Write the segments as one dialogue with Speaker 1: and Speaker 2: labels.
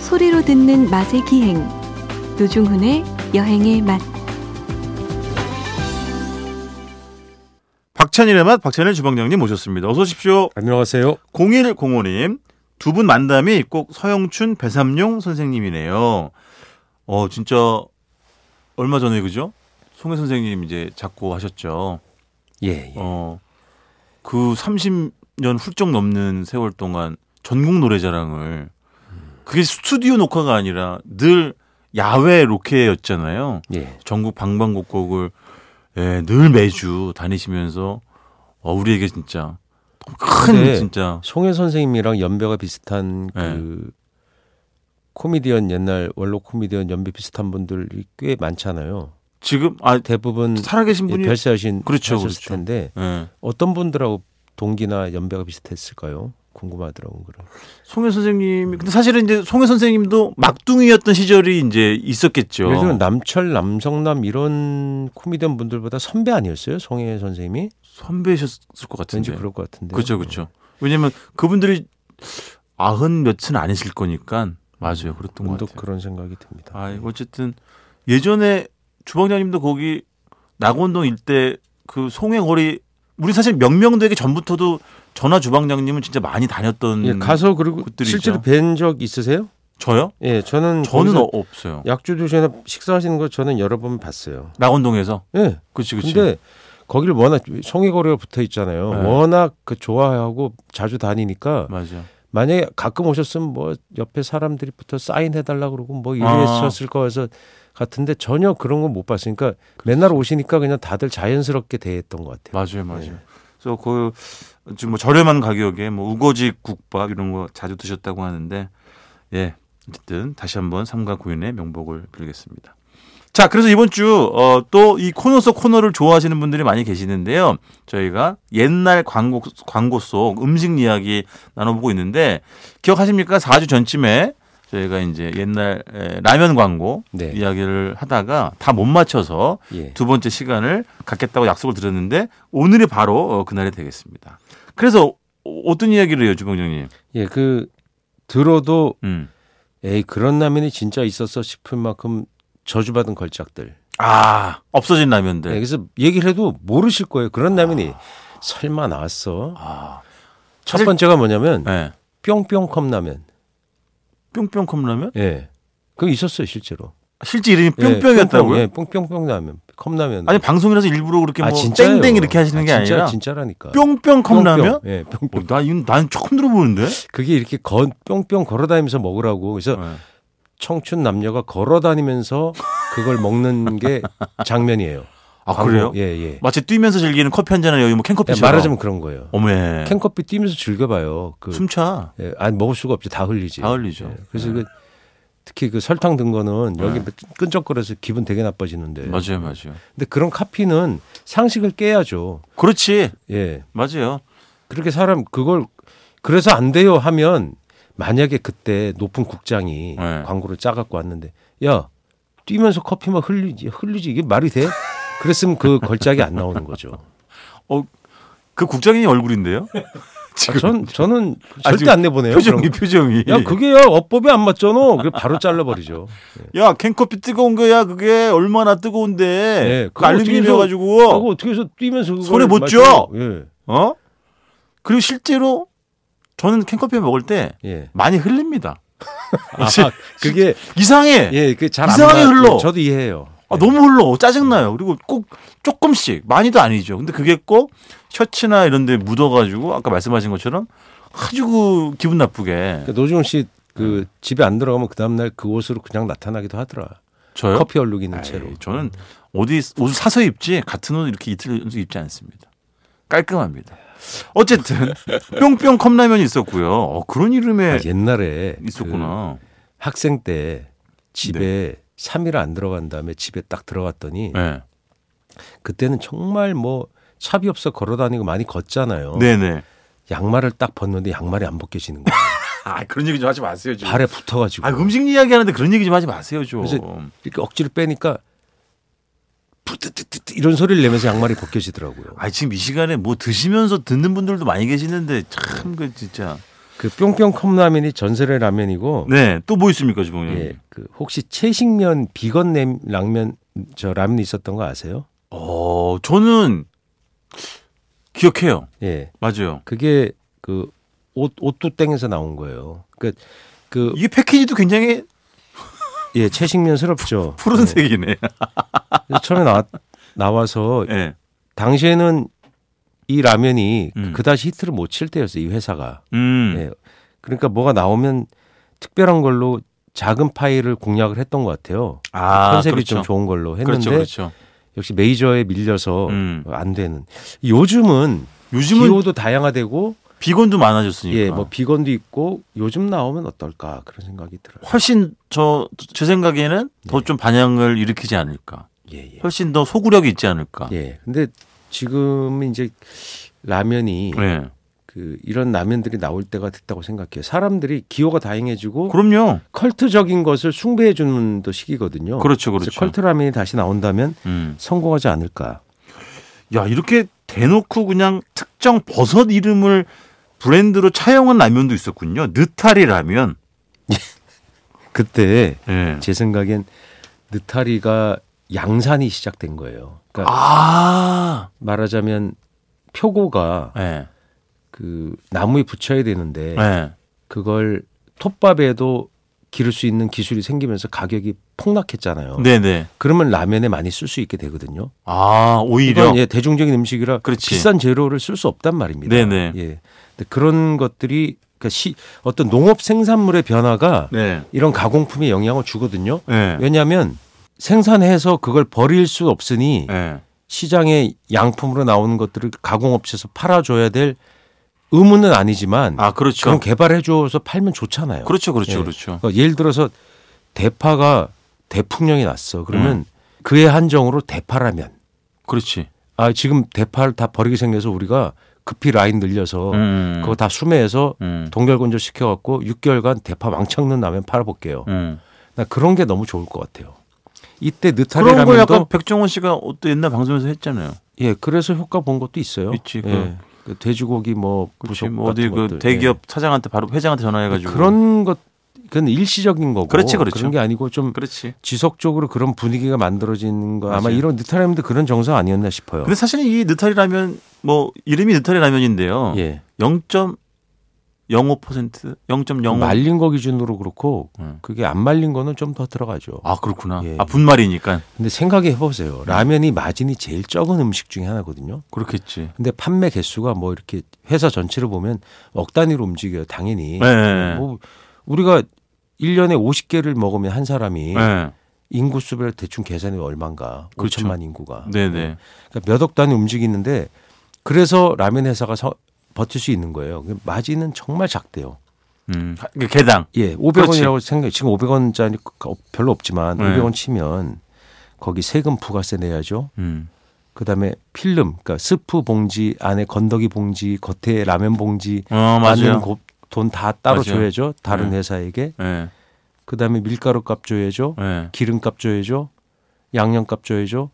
Speaker 1: 소리로 듣는 맛의 기행 노중훈의 여행의 맛
Speaker 2: 박찬일의 맛 박찬일 주방장님 모셨습니다. 어서 오십시오.
Speaker 3: 안녕하세요.
Speaker 2: 0105님 두 분 만남이 꼭 서영춘 배삼룡 선생님이네요. 어 진짜 얼마 전에 그죠? 송혜 선생님 이제 작고 하셨죠.
Speaker 3: 예. 예.
Speaker 2: 어그 30년 훌쩍 넘는 세월 동안 전국 노래자랑을 그게 스튜디오 녹화가 아니라 늘 야외 로케였잖아요.
Speaker 3: 예.
Speaker 2: 전국 방방곡곡을 예, 늘 매주 다니시면서 어, 우리에게 진짜 큰
Speaker 3: 근데
Speaker 2: 진짜
Speaker 3: 송혜 선생님이랑 연배가 비슷한
Speaker 2: 네.
Speaker 3: 그 코미디언 옛날 원로 코미디언 연배 비슷한 분들이 꽤 많잖아요.
Speaker 2: 지금 아
Speaker 3: 대부분
Speaker 2: 살아계신
Speaker 3: 음, 예,
Speaker 2: 분이
Speaker 3: 별세하신
Speaker 2: 그렇죠,
Speaker 3: 하셨을
Speaker 2: 그렇죠.
Speaker 3: 텐데
Speaker 2: 예.
Speaker 3: 어떤 분들하고 동기나 연배가 비슷했을까요? 궁금하더라고요. 그런.
Speaker 2: 송혜 선생님이 근데 사실은 이제 송혜 선생님도 막둥이였던 시절이 이제 있었겠죠.
Speaker 3: 예를 들면 남철, 남성남 이런 코미디언 분들보다 선배 아니었어요? 송혜 선생님이?
Speaker 2: 선배셨을 것 같은데.
Speaker 3: 왠지 그럴 것 같은데.
Speaker 2: 그렇죠, 그렇죠. 왜냐면 그분들이 아흔 몇은 아니실 거니까 맞아요, 그랬던 것
Speaker 3: 문득
Speaker 2: 같아요.
Speaker 3: 그런 생각이 듭니다. 예.
Speaker 2: 아, 이거 어쨌든 예전에 주방장님도 거기 낙원동 일대 그 송해거리 우리 사실 명명대기 전부터도 전화 주방장님은 진짜 많이 다녔던
Speaker 3: 예, 가서 그리고
Speaker 2: 곳들이죠.
Speaker 3: 실제로 뵌 적 있으세요?
Speaker 2: 저요?
Speaker 3: 예, 저는
Speaker 2: 저는
Speaker 3: 거기서
Speaker 2: 어- 없어요.
Speaker 3: 약주 도시나 식사하시는 거 저는 여러 번 봤어요.
Speaker 2: 낙원동에서.
Speaker 3: 예.
Speaker 2: 그렇지, 그렇지.
Speaker 3: 근데 거길 워낙 송해거리가 붙어 있잖아요.
Speaker 2: 네.
Speaker 3: 워낙 그 좋아하고 자주 다니니까
Speaker 2: 맞아.
Speaker 3: 만약에 가끔 오셨으면 뭐 옆에 사람들이 붙어 사인해 달라 그러고 뭐 이랬었을 거여서 같은데 전혀 그런 건 못 봤으니까 맨날 오시니까 그냥 다들 자연스럽게 대했던 것 같아요.
Speaker 2: 맞아요, 맞아요.
Speaker 3: 네.
Speaker 2: 그래서 그 지금 뭐 저렴한 가격에 뭐 우거지 국밥 이런 거 자주 드셨다고 하는데 예 어쨌든 다시 한번 삼가 구인의 명복을 빌겠습니다. 자, 그래서 이번 주 어, 또 이 코너 속 코너를 좋아하시는 분들이 많이 계시는데요. 저희가 옛날 광고 광고 속 음식 이야기 나눠보고 있는데 기억하십니까? 4주 전쯤에 저희가 이제 옛날 에, 라면 광고
Speaker 3: 네.
Speaker 2: 이야기를 하다가 다 못 맞춰서
Speaker 3: 예.
Speaker 2: 두 번째 시간을 갖겠다고 약속을 드렸는데 오늘이 바로 어, 그날이 되겠습니다. 그래서 어- 어떤 이야기를 해요, 주방장님?
Speaker 3: 예, 그 들어도
Speaker 2: 음.
Speaker 3: 에이 그런 라면이 진짜 있었어 싶을 만큼 저주받은 걸작들.
Speaker 2: 아, 없어진
Speaker 3: 네.
Speaker 2: 라면들.
Speaker 3: 그래서 얘기를 해도 모르실 거예요. 그런 라면이 설마 나왔어.
Speaker 2: 아,
Speaker 3: 첫
Speaker 2: 사실-
Speaker 3: 번째가 뭐냐면
Speaker 2: 예.
Speaker 3: 뿅뿅컵 라면.
Speaker 2: 뿅뿅 컵라면?
Speaker 3: 예. 그거 있었어요, 실제로.
Speaker 2: 실제 이름이
Speaker 3: 예,
Speaker 2: 뿅뿅이었다고요?
Speaker 3: 예, 뿅뿅뿅 라면. 컵라면.
Speaker 2: 아니 방송이라서 일부러 그렇게 뭐
Speaker 3: 진짜예요.
Speaker 2: 땡땡 이렇게 하시는
Speaker 3: 아,
Speaker 2: 게
Speaker 3: 진짜,
Speaker 2: 아니라
Speaker 3: 진짜라니까.
Speaker 2: 뿅뿅 컵라면?
Speaker 3: 뿅뿅. 예, 뿅.
Speaker 2: 어, 나 이건 난 처음 들어보는데.
Speaker 3: 그게 이렇게 건, 뿅뿅 걸어다니면서 먹으라고. 그래서
Speaker 2: 예.
Speaker 3: 청춘 남녀가 걸어다니면서 그걸 먹는 게 장면이에요.
Speaker 2: 아
Speaker 3: 광고.
Speaker 2: 그래요?
Speaker 3: 예, 예.
Speaker 2: 마치 뛰면서 즐기는 커피 한 잔을 여기 뭐 캔커피처럼.
Speaker 3: 말하자면 그런 거예요.
Speaker 2: 어메. 네.
Speaker 3: 캔커피 뛰면서 즐겨봐요. 그
Speaker 2: 숨차.
Speaker 3: 예, 아니 먹을 수가 없지 다 흘리지.
Speaker 2: 다 흘리죠.
Speaker 3: 예, 그래서 그 특히 그 설탕 든 거는 여기
Speaker 2: 네.
Speaker 3: 끈적거려서 기분 되게 나빠지는데.
Speaker 2: 맞아요, 맞아요.
Speaker 3: 근데 그런 카피는 상식을 깨야죠.
Speaker 2: 그렇지.
Speaker 3: 예.
Speaker 2: 맞아요.
Speaker 3: 그렇게 사람 그걸 그래서 안 돼요 하면 만약에 그때 높은 국장이
Speaker 2: 네.
Speaker 3: 광고를 짜 갖고 왔는데 야 뛰면서 커피만 흘리지 흘리지 이게 말이 돼? 그랬으면 그 걸작이 안 나오는 거죠.
Speaker 2: 그 국장님 얼굴인데요.
Speaker 3: 아,
Speaker 2: 지금
Speaker 3: 전 저는
Speaker 2: 그렇죠. 아,
Speaker 3: 절대
Speaker 2: 지금
Speaker 3: 안 내보내요.
Speaker 2: 표정이
Speaker 3: 그런 거.
Speaker 2: 표정이.
Speaker 3: 야 그게야 어법이 안 맞잖아. 그래 바로 잘라버리죠. 예.
Speaker 2: 야, 캔커피 뜨거운 거야. 그게 얼마나 뜨거운데. 그
Speaker 3: 네, 예, 그거
Speaker 2: 알루미늄이어
Speaker 3: 어떻게
Speaker 2: 가지고.
Speaker 3: 하고 어떻게 해서 뛰면서 그걸
Speaker 2: 손에 못
Speaker 3: 마시고,
Speaker 2: 줘!
Speaker 3: 예.
Speaker 2: 어? 그리고 실제로 저는 캔커피 먹을 때
Speaker 3: 예.
Speaker 2: 많이 흘립니다.
Speaker 3: 아, 그게
Speaker 2: 이상해.
Speaker 3: 예, 그잘안
Speaker 2: 이상하게 흘러.
Speaker 3: 저도 이해해요.
Speaker 2: 아,
Speaker 3: 예.
Speaker 2: 너무 흘러. 짜증나요. 그리고 꼭 조금씩 많이도 아니죠. 근데 그게 꼭 셔츠나 이런 데 묻어 가지고 아까 말씀하신 것처럼 아주 그 기분 나쁘게.
Speaker 3: 그러니까 노중훈 씨그 집에 안 들어가면 그 다음 날 그 옷으로 그냥 나타나기도 하더라.
Speaker 2: 저요?
Speaker 3: 커피 얼룩 있는
Speaker 2: 아이,
Speaker 3: 채로.
Speaker 2: 저는 어디 옷을 사서 입지 같은 옷 이렇게 이틀 연속 입지 않습니다. 깔끔합니다. 어쨌든 뿅뿅 컵라면이 있었고요. 어, 그런 이름의
Speaker 3: 아, 옛날에 그
Speaker 2: 있었구나.
Speaker 3: 학생 때 집에 삼 3일 안 들어간 다음에 집에 딱 들어갔더니
Speaker 2: 네.
Speaker 3: 그때는 정말 뭐 차비 없어 걸어다니고 많이 걷잖아요.
Speaker 2: 네네.
Speaker 3: 양말을 딱 벗는데 양말이 안 벗겨지는 거예요.
Speaker 2: 아 그런 얘기 좀 하지 마세요. 지금.
Speaker 3: 발에 붙어가지고.
Speaker 2: 아 음식 이야기하는데 그런 얘기 좀 하지 마세요. 좀.
Speaker 3: 그래서 이렇게 억지로 빼니까 푸뜨뜨뜨 이런 소리를 내면서 양말이 벗겨지더라고요.
Speaker 2: 아 지금 이 시간에 뭐 드시면서 듣는 분들도 많이 계시는데 참 그 진짜
Speaker 3: 그 뿅뿅 컵라면이 전설의 라면이고
Speaker 2: 네. 또 뭐 있습니까, 지봉 님?
Speaker 3: 예, 그 혹시 채식면 비건 냄 라면 저 라면 있었던 거 아세요?
Speaker 2: 어, 저는 기억해요.
Speaker 3: 예,
Speaker 2: 맞아요.
Speaker 3: 그게 그 옷, 옷도땡에서 나온 거예요. 그러니까 그
Speaker 2: 이게 패키지도 굉장히
Speaker 3: 예, 채식면스럽죠. 예.
Speaker 2: 푸른색이네. 어,
Speaker 3: 그래서 처음에 나, 나와서
Speaker 2: 예.
Speaker 3: 당시에는 이 라면이
Speaker 2: 음.
Speaker 3: 그다지 히트를 못 칠 때였어요. 이 회사가.
Speaker 2: 음.
Speaker 3: 예. 그러니까 뭐가 나오면 특별한 걸로 작은 파일을 공략을 했던 것 같아요.
Speaker 2: 아,
Speaker 3: 컨셉이
Speaker 2: 그렇죠.
Speaker 3: 좀 좋은 걸로 했는데
Speaker 2: 그렇죠. 그렇죠.
Speaker 3: 역시 메이저에 밀려서
Speaker 2: 음.
Speaker 3: 안 되는. 요즘은
Speaker 2: 요즘은 그러니까.
Speaker 3: 기호도 다양화되고
Speaker 2: 비건도 많아졌으니까.
Speaker 3: 예, 뭐 비건도 있고 요즘 나오면 어떨까 그런 생각이 들어요.
Speaker 2: 훨씬 저 제 생각에는 더 좀 반향을 일으키지 않을까.
Speaker 3: 예, 예.
Speaker 2: 훨씬 더 소구력이 있지 않을까.
Speaker 3: 예. 근데 지금 은 이제 라면이
Speaker 2: 예.
Speaker 3: 그 이런 라면들이 나올 때가 됐다고 생각해요. 사람들이 기호가 다양해지고
Speaker 2: 그럼요.
Speaker 3: 컬트적인 것을 숭배해 주는 또 시기거든요.
Speaker 2: 그렇죠.
Speaker 3: 그래서
Speaker 2: 그렇죠.
Speaker 3: 컬트 라면이 다시 나온다면
Speaker 2: 음.
Speaker 3: 성공하지 않을까.
Speaker 2: 야, 이렇게 대놓고 그냥 특정 버섯 이름을 브랜드로 차용한 라면도 있었군요. 느타리 라면.
Speaker 3: 그때
Speaker 2: 예.
Speaker 3: 제 생각엔 느타리가 양산이 시작된 거예요. 그러니까
Speaker 2: 아.
Speaker 3: 말하자면 표고가
Speaker 2: 예.
Speaker 3: 그 나무에 붙여야 되는데
Speaker 2: 예.
Speaker 3: 그걸 톱밥에도 기를 수 있는 기술이 생기면서 가격이 폭락했잖아요.
Speaker 2: 네, 네.
Speaker 3: 그러면 라면에 많이 쓸 수 있게 되거든요.
Speaker 2: 아, 오히려
Speaker 3: 이건 예, 대중적인 음식이라
Speaker 2: 그렇지.
Speaker 3: 비싼 재료를 쓸 수 없단 말입니다.
Speaker 2: 네네.
Speaker 3: 예. 근데 그런 것들이 그러니까 시, 어떤 농업 생산물의 변화가
Speaker 2: 네.
Speaker 3: 이런 가공품에 영향을 주거든요.
Speaker 2: 예.
Speaker 3: 왜냐하면 생산해서 그걸 버릴 수 없으니
Speaker 2: 예.
Speaker 3: 시장에 양품으로 나오는 것들을 가공업체에서 팔아줘야 될 의무는 아니지만
Speaker 2: 아,
Speaker 3: 그런
Speaker 2: 그렇죠.
Speaker 3: 개발해줘서 팔면 좋잖아요.
Speaker 2: 그렇죠. 그렇죠.
Speaker 3: 예.
Speaker 2: 그렇죠.
Speaker 3: 그러니까 예를 들어서 대파가 대풍령이 났어.
Speaker 2: 음.
Speaker 3: 그러면 그의 한정으로 대파라면
Speaker 2: 그렇지.
Speaker 3: 아 지금 대파를 다 버리게 생겨서 우리가 급히 라인 늘려서
Speaker 2: 음.
Speaker 3: 어, 그거 다 수매해서
Speaker 2: 음.
Speaker 3: 동결건조 시켜갖고 6개월간 대파 왕창 넣은 라면 팔아볼게요.
Speaker 2: 음.
Speaker 3: 나 그런 게 너무 좋을 것 같아요. 이때 느타리
Speaker 2: 그런 거
Speaker 3: 라면도
Speaker 2: 약간 백종원 씨가 또 옛날 방송에서 했잖아요.
Speaker 3: 예 그래서 효과 본 것도 있어요.
Speaker 2: 있지, 그-
Speaker 3: 예. 그 돼지고기 뭐
Speaker 2: 그렇지.
Speaker 3: 부속
Speaker 2: 뭐 어디
Speaker 3: 같은
Speaker 2: 그
Speaker 3: 것들.
Speaker 2: 대기업 사장한테 바로 회장한테
Speaker 3: 예.
Speaker 2: 전화해가지고
Speaker 3: 그런 것 그건 일시적인 거고
Speaker 2: 그렇지, 그렇죠.
Speaker 3: 런게 아니고 좀
Speaker 2: 그렇지. 지
Speaker 3: 속적으로 그런 분위기가 만들어지는 거 아마
Speaker 2: 맞아요.
Speaker 3: 이런 느타리라면도 그런 정서 아니었나 싶어요.
Speaker 2: 근데 사실은 이 느타리 라면 뭐 이름이 느타리 라면인데요.
Speaker 3: 예.
Speaker 2: 0.05% 0.05
Speaker 3: 말린 거 기준으로 그렇고
Speaker 2: 음.
Speaker 3: 그게 안 말린 거는 좀 더 들어가죠. 음.
Speaker 2: 아 그렇구나.
Speaker 3: 예.
Speaker 2: 아 분말이니까
Speaker 3: 근데 생각해 보세요. 라면이 마진이 제일 적은 음식 중에 하나거든요.
Speaker 2: 그렇겠지.
Speaker 3: 근데 판매 개수가 뭐 이렇게 회사 전체를 보면 억 단위로 움직여요. 당연히.
Speaker 2: 네.
Speaker 3: 뭐 우리가 1년에 50개를 먹으면 한 사람이
Speaker 2: 네.
Speaker 3: 인구수별 대충 계산이 얼마인가.
Speaker 2: 그렇죠.
Speaker 3: 5천만 인구가.
Speaker 2: 네네.
Speaker 3: 그러니까 몇 억 단위 움직이는데 그래서 라면 회사가 서- 버틸 수 있는 거예요. 마진은 정말 작대요.
Speaker 2: 음. 그 개당.
Speaker 3: 예, 500원이라고 생각해. 지금 500원짜리 별로 없지만
Speaker 2: 네.
Speaker 3: 500원 치면 거기 세금 부가세 내야죠.
Speaker 2: 음.
Speaker 3: 그다음에 필름, 그러니까 스프 봉지 안에 건더기 봉지, 겉에 라면 봉지
Speaker 2: 어
Speaker 3: 만드는
Speaker 2: 맞아요.
Speaker 3: 돈 다 따로
Speaker 2: 맞아요.
Speaker 3: 줘야죠. 다른
Speaker 2: 네.
Speaker 3: 회사에게.
Speaker 2: 예.
Speaker 3: 그다음에 밀가루 값 줘야죠.
Speaker 2: 예.
Speaker 3: 기름값 줘야죠. 양념값 줘야죠.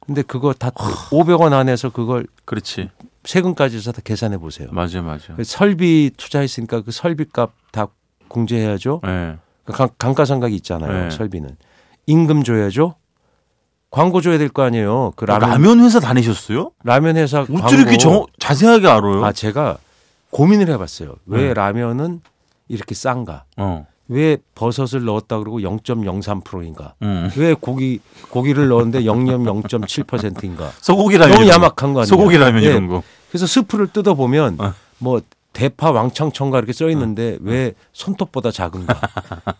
Speaker 3: 근데 그거 다
Speaker 2: 어.
Speaker 3: 500원 안에서 그걸
Speaker 2: 그렇지.
Speaker 3: 세금까지 해서 다 계산해 보세요.
Speaker 2: 맞아요, 맞아요.
Speaker 3: 그 설비 투자했으니까 그 설비값 다 공제해야죠.
Speaker 2: 예.
Speaker 3: 강, 감가상각이 있잖아요.
Speaker 2: 네.
Speaker 3: 설비는 임금 줘야죠. 광고 줘야 될 거 아니에요. 그 라면
Speaker 2: 라면,
Speaker 3: 라면,
Speaker 2: 회사 다니셨어요?
Speaker 3: 회사 광고.
Speaker 2: 어떻게 이렇게 정, 자세하게 알아요?
Speaker 3: 아 제가 고민을 해봤어요. 왜
Speaker 2: 네.
Speaker 3: 라면은 이렇게 싼가?
Speaker 2: 어.
Speaker 3: 왜 버섯을 넣었다 그러고 0.03%인가?
Speaker 2: 음.
Speaker 3: 왜 고기 고기를 넣었는데 0.0.7%인가?
Speaker 2: 소고기 라면.
Speaker 3: 너무
Speaker 2: 이런 거.
Speaker 3: 야막한 거 아니에요?
Speaker 2: 소고기 라면
Speaker 3: 예.
Speaker 2: 이런 거.
Speaker 3: 그래서 스프를 뜯어 보면
Speaker 2: 어.
Speaker 3: 뭐 대파 왕창천가 이렇게 써 있는데 왜 손톱보다 작은가?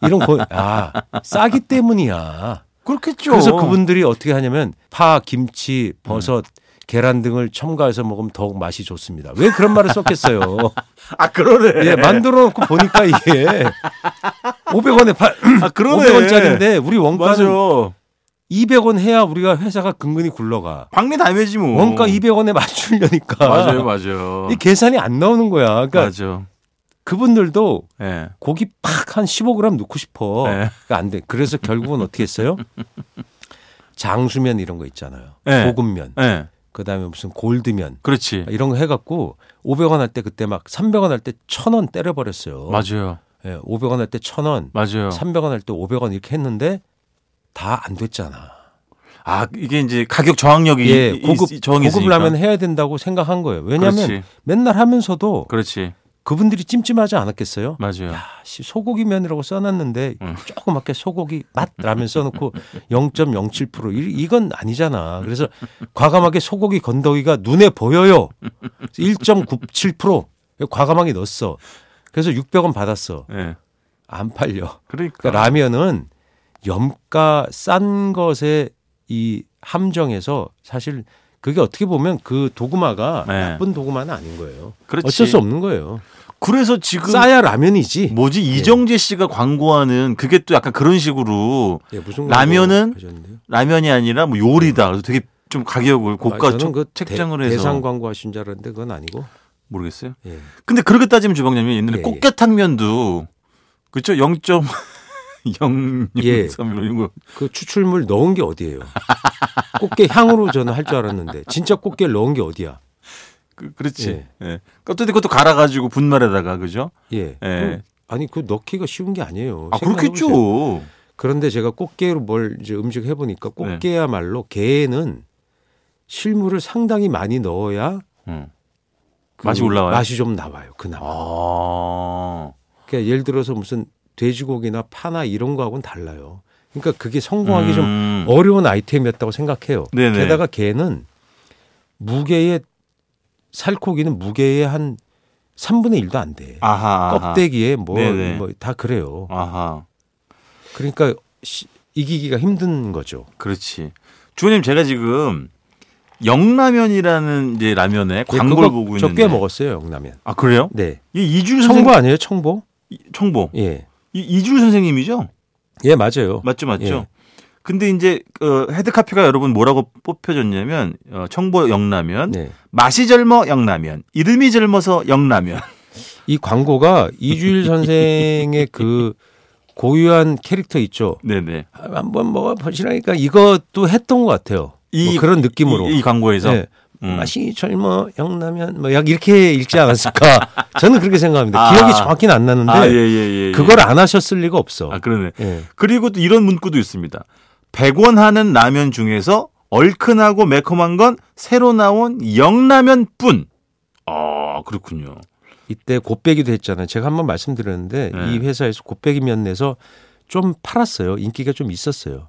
Speaker 3: 이런 거 아 싸기 때문이야.
Speaker 2: 그렇겠죠.
Speaker 3: 그래서 그분들이 어떻게 하냐면 파, 김치, 버섯,
Speaker 2: 음.
Speaker 3: 계란 등을 첨가해서 먹으면 더욱 맛이 좋습니다. 왜 그런 말을 썼겠어요?
Speaker 2: 아 그러네.
Speaker 3: 예, 만들어 놓고 보니까 이게 500원에 팔
Speaker 2: 아
Speaker 3: 500원짜리인데 우리
Speaker 2: 맞아.
Speaker 3: 원가는 200원 해야 우리가 회사가 근근히 굴러가.
Speaker 2: 박리 담에지 뭐.
Speaker 3: 원가 200원에 맞추려니까
Speaker 2: 맞아요, 맞아요.
Speaker 3: 이 계산이 안 나오는 거야. 그러니까
Speaker 2: 맞아.
Speaker 3: 그분들도
Speaker 2: 예.
Speaker 3: 고기 팍 한 15g 넣고 싶어.
Speaker 2: 네.
Speaker 3: 그러니까 안 돼. 그래서 결국은 어떻게 했어요? 장수면 이런 거 있잖아요.
Speaker 2: 네.
Speaker 3: 고급면.
Speaker 2: 예.
Speaker 3: 그다음에 무슨 골드면
Speaker 2: 그렇지.
Speaker 3: 이런 거 해갖고 500원 할 때 그때 막 300원 할 때 1000원 때려버렸어요.
Speaker 2: 맞아요.
Speaker 3: 예, 500원 할 때 1000원,
Speaker 2: 맞아요.
Speaker 3: 300원 할 때 500원 이렇게 했는데 다 안 됐잖아.
Speaker 2: 아 이게 이제 가격 저항력이
Speaker 3: 예,
Speaker 2: 이-
Speaker 3: 고급
Speaker 2: 이- 저항이
Speaker 3: 고급을
Speaker 2: 있으니까.
Speaker 3: 하면 해야 된다고 생각한 거예요. 왜냐하면
Speaker 2: 그렇지.
Speaker 3: 맨날 하면서도
Speaker 2: 그렇지.
Speaker 3: 그분들이 찜찜하지 않았겠어요?
Speaker 2: 맞아요.
Speaker 3: 야, 씨, 소고기 면이라고 써놨는데
Speaker 2: 음.
Speaker 3: 조그맣게 소고기 맛라면 써놓고 0.07% 이- 이건 아니잖아. 그래서 과감하게 소고기 건더기가 눈에 보여요. 1.97% 과감하게 넣었어. 그래서 600원 받았어.
Speaker 2: 예.
Speaker 3: 안 팔려.
Speaker 2: 그러니까,
Speaker 3: 그러니까 라면은 염가 싼 것의 이 함정에서 사실 그게 어떻게 보면 그 도구마가
Speaker 2: 네.
Speaker 3: 나쁜 도구마는 아닌 거예요.
Speaker 2: 그렇지.
Speaker 3: 어쩔 수 없는 거예요.
Speaker 2: 그래서 지금
Speaker 3: 싸야 라면이지.
Speaker 2: 뭐지 이정재 씨가 광고하는 그게 또 약간 그런 식으로
Speaker 3: 예, 무슨
Speaker 2: 라면은
Speaker 3: 광고 하셨는데요?
Speaker 2: 라면이 아니라 뭐 요리다. 그래서 되게 좀 가격을 고가
Speaker 3: 아니, 저는
Speaker 2: 척-
Speaker 3: 그
Speaker 2: 책장을
Speaker 3: 대,
Speaker 2: 해서
Speaker 3: 대상 광고 하신 줄 알았는데 그건 아니고.
Speaker 2: 모르겠어요.
Speaker 3: 예.
Speaker 2: 근데 그렇게 따지면 주방장님 옛날에
Speaker 3: 예, 예.
Speaker 2: 꽃게탕면도 그렇죠 0.063
Speaker 3: 예.
Speaker 2: 이런 거
Speaker 3: 그 추출물 넣은 게 어디예요? 꽃게 향으로 저는 할 줄 알았는데 진짜 꽃게를 넣은 게 어디야?
Speaker 2: 그, 그렇지. 예.
Speaker 3: 예.
Speaker 2: 어쨌든 그것도 갈아가지고 분말에다가 그죠?
Speaker 3: 예.
Speaker 2: 예.
Speaker 3: 그, 아니 그 넣기가 쉬운 게 아니에요.
Speaker 2: 아
Speaker 3: 생각해보세요.
Speaker 2: 그렇겠죠.
Speaker 3: 그런데 제가 꽃게로 뭘 이제 음식 해보니까
Speaker 2: 네.
Speaker 3: 꽃게야말로 게에는 실물을 상당히 많이 넣어야
Speaker 2: 응. 맛이 올라와요?
Speaker 3: 그 맛이 좀 나와요. 그나마.
Speaker 2: 아.
Speaker 3: 그러니까 예를 들어서 무슨 돼지고기나 파나 이런 거하고는 달라요. 그러니까 그게 성공하기 좀 어려운 아이템이었다고 생각해요.
Speaker 2: 음. 네네.
Speaker 3: 게다가 게는 무게의 살코기는 무게의 한 3분의 1도 안 돼.
Speaker 2: 아하. 아하.
Speaker 3: 껍데기에
Speaker 2: 네네.
Speaker 3: 뭐 다 그래요.
Speaker 2: 아하.
Speaker 3: 그러니까 시- 이기기가 힘든 거죠.
Speaker 2: 그렇지. 주호님 제가 지금 영라면이라는 이제 라면에
Speaker 3: 예,
Speaker 2: 광고를
Speaker 3: 그거
Speaker 2: 보고
Speaker 3: 저
Speaker 2: 있는데.
Speaker 3: 꽤 먹었어요, 영라면.
Speaker 2: 아 그래요?
Speaker 3: 네.
Speaker 2: 이 이준
Speaker 3: 청보
Speaker 2: 선생
Speaker 3: 아니에요, 청보?
Speaker 2: 이- 청보.
Speaker 3: 예.
Speaker 2: 이 이준 선생님이죠?
Speaker 3: 예, 맞아요.
Speaker 2: 맞죠, 맞죠.
Speaker 3: 예.
Speaker 2: 근데 이제 어, 헤드카피가 여러분 뭐라고 뽑혀졌냐면 어, 청보 영라면,
Speaker 3: 네.
Speaker 2: 맛이 젊어 영라면, 이름이 젊어서 영라면.
Speaker 3: 이 광고가 이주일 선생의 그 고유한 캐릭터 있죠.
Speaker 2: 네네.
Speaker 3: 아, 한번 먹어보시라니까 이것도 했던 것 같아요.
Speaker 2: 이-
Speaker 3: 뭐 그런 느낌으로.
Speaker 2: 이, 이 광고에서
Speaker 3: 예.
Speaker 2: 음.
Speaker 3: 맛이 젊어 영라면 뭐 약 이렇게 읽지 않았을까? 저는 그렇게 생각합니다.
Speaker 2: 아.
Speaker 3: 기억이 정확히는 안 나는데
Speaker 2: 아, 예, 예, 예, 예.
Speaker 3: 그걸 안 하셨을 리가 없어.
Speaker 2: 아, 그러네.
Speaker 3: 예.
Speaker 2: 그리고 또 이런 문구도 있습니다. 100원 하는 라면 중에서 얼큰하고 매콤한 건 새로 나온 영라면 뿐. 아, 그렇군요.
Speaker 3: 이때 곱빼기도 했잖아요. 제가 한번 말씀드렸는데
Speaker 2: 네.
Speaker 3: 이 회사에서 곱빼기 면 내서 좀 팔았어요. 인기가 좀 있었어요.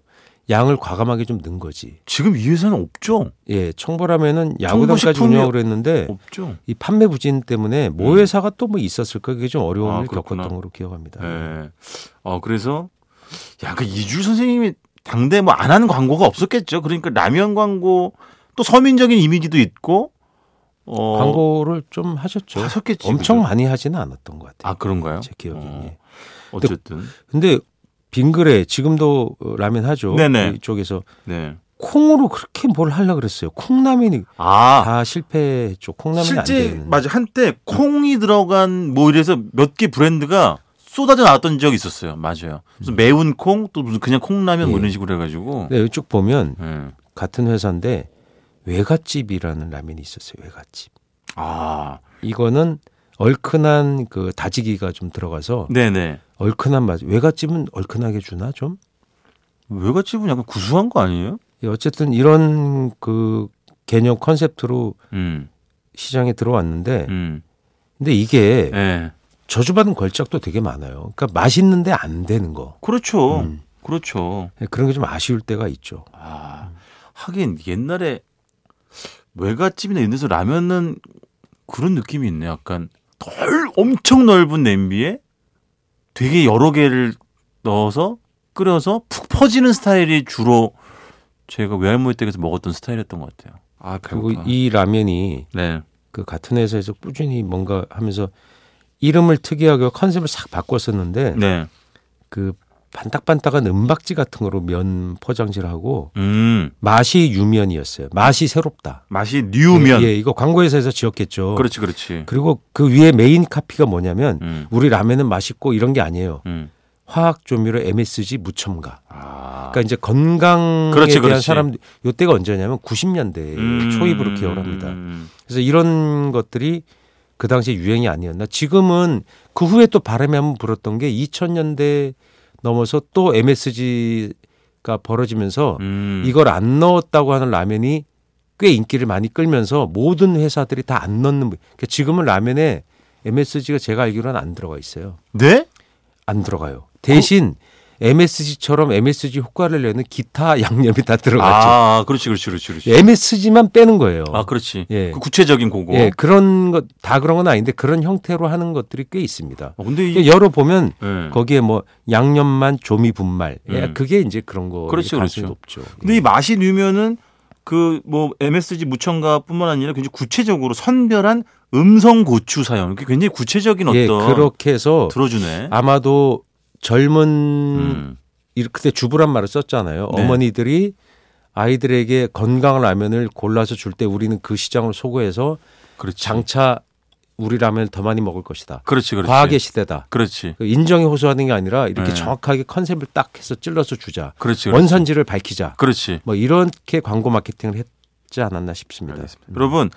Speaker 3: 양을 과감하게 좀 넣은 거지.
Speaker 2: 지금 이 회사는 없죠?
Speaker 3: 예, 청보라면은 야구단까지
Speaker 2: 식품이-
Speaker 3: 운영을
Speaker 2: 네.
Speaker 3: 했는데
Speaker 2: 없죠.
Speaker 3: 이 판매 부진 때문에 모
Speaker 2: 어. 음.
Speaker 3: 회사가 또 뭐 있었을까 그게 좀
Speaker 2: 아,
Speaker 3: 어려움을
Speaker 2: 그렇구나.
Speaker 3: 겪었던 걸로 기억합니다.
Speaker 2: 예. 어, 그래서 야, 그 이주 선생님이 당대 뭐 안 하는 광고가 없었겠죠. 그러니까 라면 광고 또 서민적인 이미지도 있고 어,
Speaker 3: 광고를 좀 하셨죠.
Speaker 2: 하셨겠지.
Speaker 3: 엄청
Speaker 2: 그죠?
Speaker 3: 많이 하지는 않았던 것 같아요.
Speaker 2: 아, 그런가요?
Speaker 3: 제 기억에.
Speaker 2: 어,
Speaker 3: 예.
Speaker 2: 어쨌든.
Speaker 3: 근데 빙그레 지금도 어, 라면 하죠.
Speaker 2: 네네.
Speaker 3: 이쪽에서
Speaker 2: 네.
Speaker 3: 콩으로 그렇게 뭘 하려 그랬어요. 콩라면이
Speaker 2: 아,
Speaker 3: 다 실패했죠. 콩라면이 안
Speaker 2: 실제
Speaker 3: 되는.
Speaker 2: 맞아 한때 콩이 들어간 뭐 이래서 몇 개 브랜드가 쏟아져 나왔던 적이 있었어요. 맞아요. 그래서 매운 콩 또 무슨 그냥 콩라면 뭐
Speaker 3: 음. 예.
Speaker 2: 이런 식으로 해가지고.
Speaker 3: 네, 쭉 보면
Speaker 2: 예.
Speaker 3: 같은 회사인데 외갓집이라는 라면이 있었어요. 외갓집.
Speaker 2: 아,
Speaker 3: 이거는 얼큰한 그 다지기가 좀 들어가서
Speaker 2: 네네.
Speaker 3: 얼큰한 맛. 외갓집은 얼큰하게 주나 좀?
Speaker 2: 외갓집은 약간 구수한 거 아니에요?
Speaker 3: 예, 어쨌든 이런 그 개념 컨셉트로
Speaker 2: 음,
Speaker 3: 시장에 들어왔는데
Speaker 2: 음,
Speaker 3: 근데 이게
Speaker 2: 예,
Speaker 3: 저주받은 걸작도 되게 많아요. 그러니까 맛있는데 안 되는 거.
Speaker 2: 그렇죠,
Speaker 3: 음.
Speaker 2: 그렇죠.
Speaker 3: 예, 그런 게 좀 아쉬울 때가 있죠.
Speaker 2: 아, 하긴 옛날에 외갓집이나 이런 데서 라면은 그런 느낌이 있네. 약간 덜 엄청 넓은 냄비에 되게 여러 개를 넣어서 끓여서 푹 퍼지는 스타일이 주로 제가 외할머니 댁에서 먹었던 스타일이었던 것 같아요. 아,
Speaker 3: 그리고 이 라면이
Speaker 2: 네,
Speaker 3: 그 같은 회사에서 꾸준히 뭔가 하면서 이름을 특이하게 컨셉을 싹 바꿨었는데
Speaker 2: 네,
Speaker 3: 그 반딱반딱한 은박지 같은 거로 면 포장지를 하고
Speaker 2: 음,
Speaker 3: 맛이 유면이었어요. 맛이 새롭다.
Speaker 2: 맛이 뉴면.
Speaker 3: 예, 이거 광고회사에서 지었겠죠.
Speaker 2: 그렇지, 그렇지.
Speaker 3: 그리고 그 위에 메인 카피가 뭐냐면
Speaker 2: 음,
Speaker 3: 우리 라면은 맛있고 이런 게 아니에요.
Speaker 2: 음.
Speaker 3: 화학 조미료 MSG 무첨가.
Speaker 2: 아.
Speaker 3: 그러니까 이제 건강에
Speaker 2: 그렇지,
Speaker 3: 대한
Speaker 2: 그렇지.
Speaker 3: 사람 요때가 언제냐면 90년대
Speaker 2: 음.
Speaker 3: 초입으로 기억을 합니다.
Speaker 2: 음.
Speaker 3: 그래서 이런 것들이 그 당시 유행이 아니었나. 지금은 그 후에 또 바람이 한번 불었던 게 2000년대 넘어서 또 MSG가 벌어지면서
Speaker 2: 음.
Speaker 3: 이걸 안 넣었다고 하는 라면이 꽤 인기를 많이 끌면서 모든 회사들이 다 안 넣는 그러니까 지금은 라면에 MSG가 제가 알기로는 안 들어가 있어요.
Speaker 2: 네?
Speaker 3: 안 들어가요. 대신 MSG처럼 MSG 효과를 내는 기타 양념이 다 들어갔죠.
Speaker 2: 아, 그렇지, 그렇지, 그렇지. 그렇지.
Speaker 3: MSG만 빼는 거예요.
Speaker 2: 아, 그렇지.
Speaker 3: 예.
Speaker 2: 그 구체적인 고거.
Speaker 3: 예, 그런 것 다 그런 건 아닌데 그런 형태로 하는 것들이 꽤 있습니다.
Speaker 2: 어, 근데 이
Speaker 3: 그러니까 열어 보면
Speaker 2: 예.
Speaker 3: 거기에 뭐 양념만 조미 분말 예,
Speaker 2: 음.
Speaker 3: 그게 이제 그런 거
Speaker 2: 그렇죠,
Speaker 3: 가능성이 높죠.
Speaker 2: 근데 이 맛이 뉴면은 그 뭐 MSG 무첨가뿐만 아니라 굉장히 구체적으로 선별한 음성 고추 사용. 이렇게 굉장히 구체적인 어떤
Speaker 3: 예, 그렇게 해서
Speaker 2: 들어주네.
Speaker 3: 아마도 젊은
Speaker 2: 음.
Speaker 3: 이- 그때 주부란 말을 썼잖아요.
Speaker 2: 네.
Speaker 3: 어머니들이 아이들에게 건강 라면을 골라서 줄 때 우리는 그 시장을 소구해서
Speaker 2: 그렇지.
Speaker 3: 장차 우리 라면을 더 많이 먹을 것이다.
Speaker 2: 그렇지, 그렇지.
Speaker 3: 과학의 시대다.
Speaker 2: 그렇지.
Speaker 3: 그 인정에 호소하는 게 아니라 이렇게
Speaker 2: 네.
Speaker 3: 정확하게 컨셉을 딱 해서 찔러서 주자.
Speaker 2: 그렇지. 그렇지.
Speaker 3: 원산지를 밝히자.
Speaker 2: 그렇지.
Speaker 3: 뭐 이렇게 광고 마케팅을 했지 않았나 싶습니다.
Speaker 2: 알겠습니다. 여러분,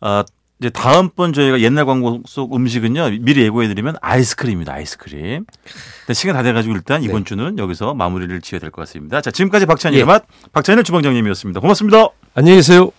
Speaker 2: 아, 이제 다음번 저희가 옛날 광고 속 음식은요 미리 예고해드리면 아이스크림입니다. 아이스크림. 근데 시간 다 돼가지고 일단 이번 주는 여기서 마무리를 지어야 될 것 같습니다. 자, 지금까지 박찬희의
Speaker 3: 네. 예.
Speaker 2: 맛 박찬일 주방장님이었습니다. 고맙습니다.
Speaker 3: 안녕히 계세요.